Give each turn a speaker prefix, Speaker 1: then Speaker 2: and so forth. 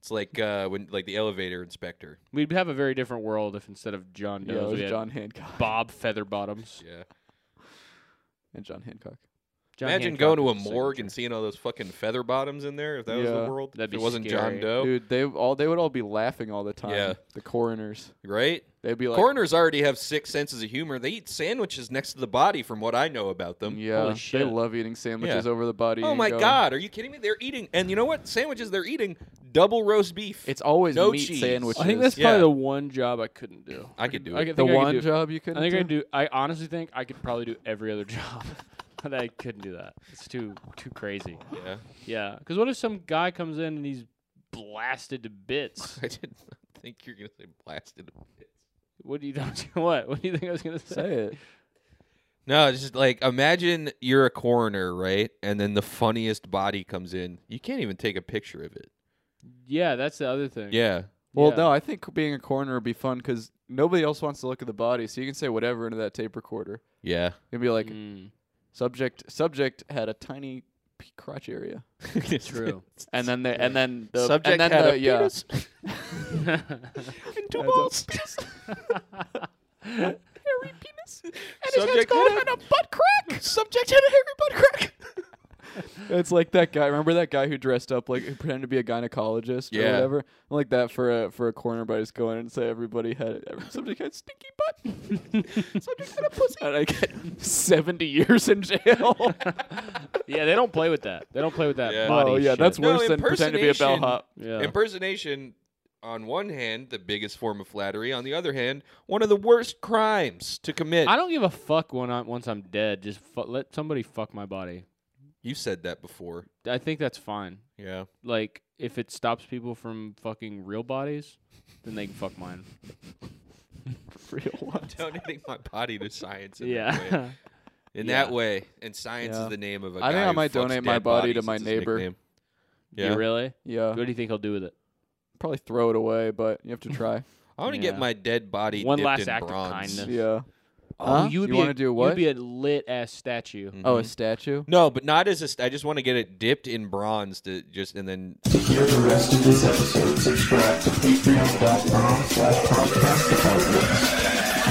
Speaker 1: It's like uh, when like the elevator inspector.
Speaker 2: We'd have a very different world if instead of John
Speaker 3: yeah, it
Speaker 2: Doe's,
Speaker 3: was
Speaker 2: we had
Speaker 3: John Hancock
Speaker 2: Bob Featherbottoms.
Speaker 1: Yeah.
Speaker 3: and John Hancock.
Speaker 2: John
Speaker 1: Imagine going
Speaker 2: Hancock
Speaker 1: to a
Speaker 2: is his
Speaker 1: morgue
Speaker 2: signature.
Speaker 1: and seeing all those fucking feather bottoms in there. If that was the
Speaker 3: Yeah.
Speaker 1: world,
Speaker 2: That'd
Speaker 1: if
Speaker 2: be
Speaker 1: it wasn't John
Speaker 2: scary.
Speaker 1: Doe,
Speaker 3: Dude, they all they would all be laughing all the time.
Speaker 1: Yeah.
Speaker 3: The coroners.
Speaker 1: right?
Speaker 3: They'd be like
Speaker 1: Coroners already have six senses of humor. They eat sandwiches next to the body, from what I know about them.
Speaker 3: Yeah.
Speaker 2: Holy
Speaker 3: They
Speaker 2: shit.
Speaker 3: love eating sandwiches over the body.
Speaker 1: Oh
Speaker 3: and
Speaker 1: my
Speaker 3: going-
Speaker 1: god, are you kidding me? They're eating, and you know what? Sandwiches they're eating double roast beef.
Speaker 3: It's always
Speaker 1: No
Speaker 3: meat
Speaker 1: cheese.
Speaker 3: sandwiches.
Speaker 2: I think that's
Speaker 1: Yeah.
Speaker 2: probably the one job I couldn't do.
Speaker 1: I could do
Speaker 2: I
Speaker 1: it.
Speaker 2: could-
Speaker 3: the
Speaker 2: think I could
Speaker 3: one
Speaker 2: do-
Speaker 3: job you couldn't
Speaker 2: I think
Speaker 3: do?
Speaker 2: I do. I honestly think I could probably do every other job, but I couldn't do that. It's too too crazy.
Speaker 1: yeah,
Speaker 2: Yeah, because what if some guy comes in and he's blasted to bits?
Speaker 1: I didn't think you're gonna say blasted.
Speaker 2: What do you what? What do you think I was gonna say?
Speaker 3: Say it.
Speaker 1: No, it's just like imagine you're a coroner, right? And then the funniest body comes in. You can't even take a picture of it.
Speaker 2: Yeah, that's the other thing.
Speaker 1: Yeah,
Speaker 3: Well,
Speaker 2: Yeah.
Speaker 3: no, I think being a coroner would be fun because nobody else wants to look at the body, so you can say whatever into that tape recorder.
Speaker 1: yeah.
Speaker 3: It'd be like
Speaker 2: Mm,
Speaker 3: subject subject had a tiny p- crotch area,
Speaker 2: true.
Speaker 3: and then they and then the
Speaker 1: Subject
Speaker 3: and then
Speaker 1: had
Speaker 3: the,
Speaker 1: a
Speaker 3: yeah.
Speaker 1: penis and two balls. Subject had a butt crack. Subject had a hairy butt crack.
Speaker 3: It's like that guy. Remember that guy who dressed up like who pretended to be a gynecologist or
Speaker 1: Yeah.
Speaker 3: whatever. I like that for a for a corner, but I just go in and say everybody had every subject had stinky butt. subject had a pussy, and I get seventy years in jail.
Speaker 2: yeah, they don't play with that. They don't play with that
Speaker 1: Yeah.
Speaker 2: body.
Speaker 3: oh yeah,
Speaker 2: shit.
Speaker 3: that's
Speaker 1: No,
Speaker 3: worse than pretending to be a
Speaker 1: impersonation-
Speaker 3: bellhop.
Speaker 2: yeah.
Speaker 1: Impersonation, on one hand, the biggest form of flattery. On the other hand, one of the worst crimes to commit.
Speaker 2: I don't give a fuck when I'm once I'm dead. Just fu- let somebody fuck my body.
Speaker 1: You said that before.
Speaker 2: I think that's fine.
Speaker 1: Yeah.
Speaker 2: Like if it stops people from fucking real bodies, then they can fuck mine.
Speaker 3: Real ones.
Speaker 1: Donating my body to science. In That way.
Speaker 2: yeah.
Speaker 1: In
Speaker 2: Yeah.
Speaker 1: that way, and science
Speaker 3: Yeah.
Speaker 1: is the name of a
Speaker 3: I think
Speaker 1: guy
Speaker 3: I
Speaker 1: who
Speaker 3: might
Speaker 1: fucks
Speaker 3: donate
Speaker 1: dead
Speaker 3: my body to
Speaker 1: bodies.
Speaker 3: my
Speaker 1: It's his
Speaker 3: neighbor.
Speaker 1: nickname.
Speaker 2: You
Speaker 1: Yeah.
Speaker 2: really?
Speaker 3: Yeah,
Speaker 2: What do you think he'll do with it?
Speaker 3: probably throw it away, but you have to try.
Speaker 1: I want to
Speaker 2: Yeah.
Speaker 1: get my dead body
Speaker 2: One
Speaker 1: dipped
Speaker 2: last
Speaker 1: in
Speaker 2: act of
Speaker 1: bronze.
Speaker 2: kindness.
Speaker 3: yeah.
Speaker 1: Oh,
Speaker 3: Huh?
Speaker 2: Oh, you would
Speaker 3: You
Speaker 2: be
Speaker 3: wanna
Speaker 2: a,
Speaker 3: do
Speaker 2: You'd
Speaker 3: what?
Speaker 2: be a lit ass statue.
Speaker 1: Mhm.
Speaker 3: Oh, a statue.
Speaker 1: no, but not as a. St- I just want to get it dipped in bronze to just and then
Speaker 4: hear the rest of this episode, subscribe to patreon.com slash podcast department.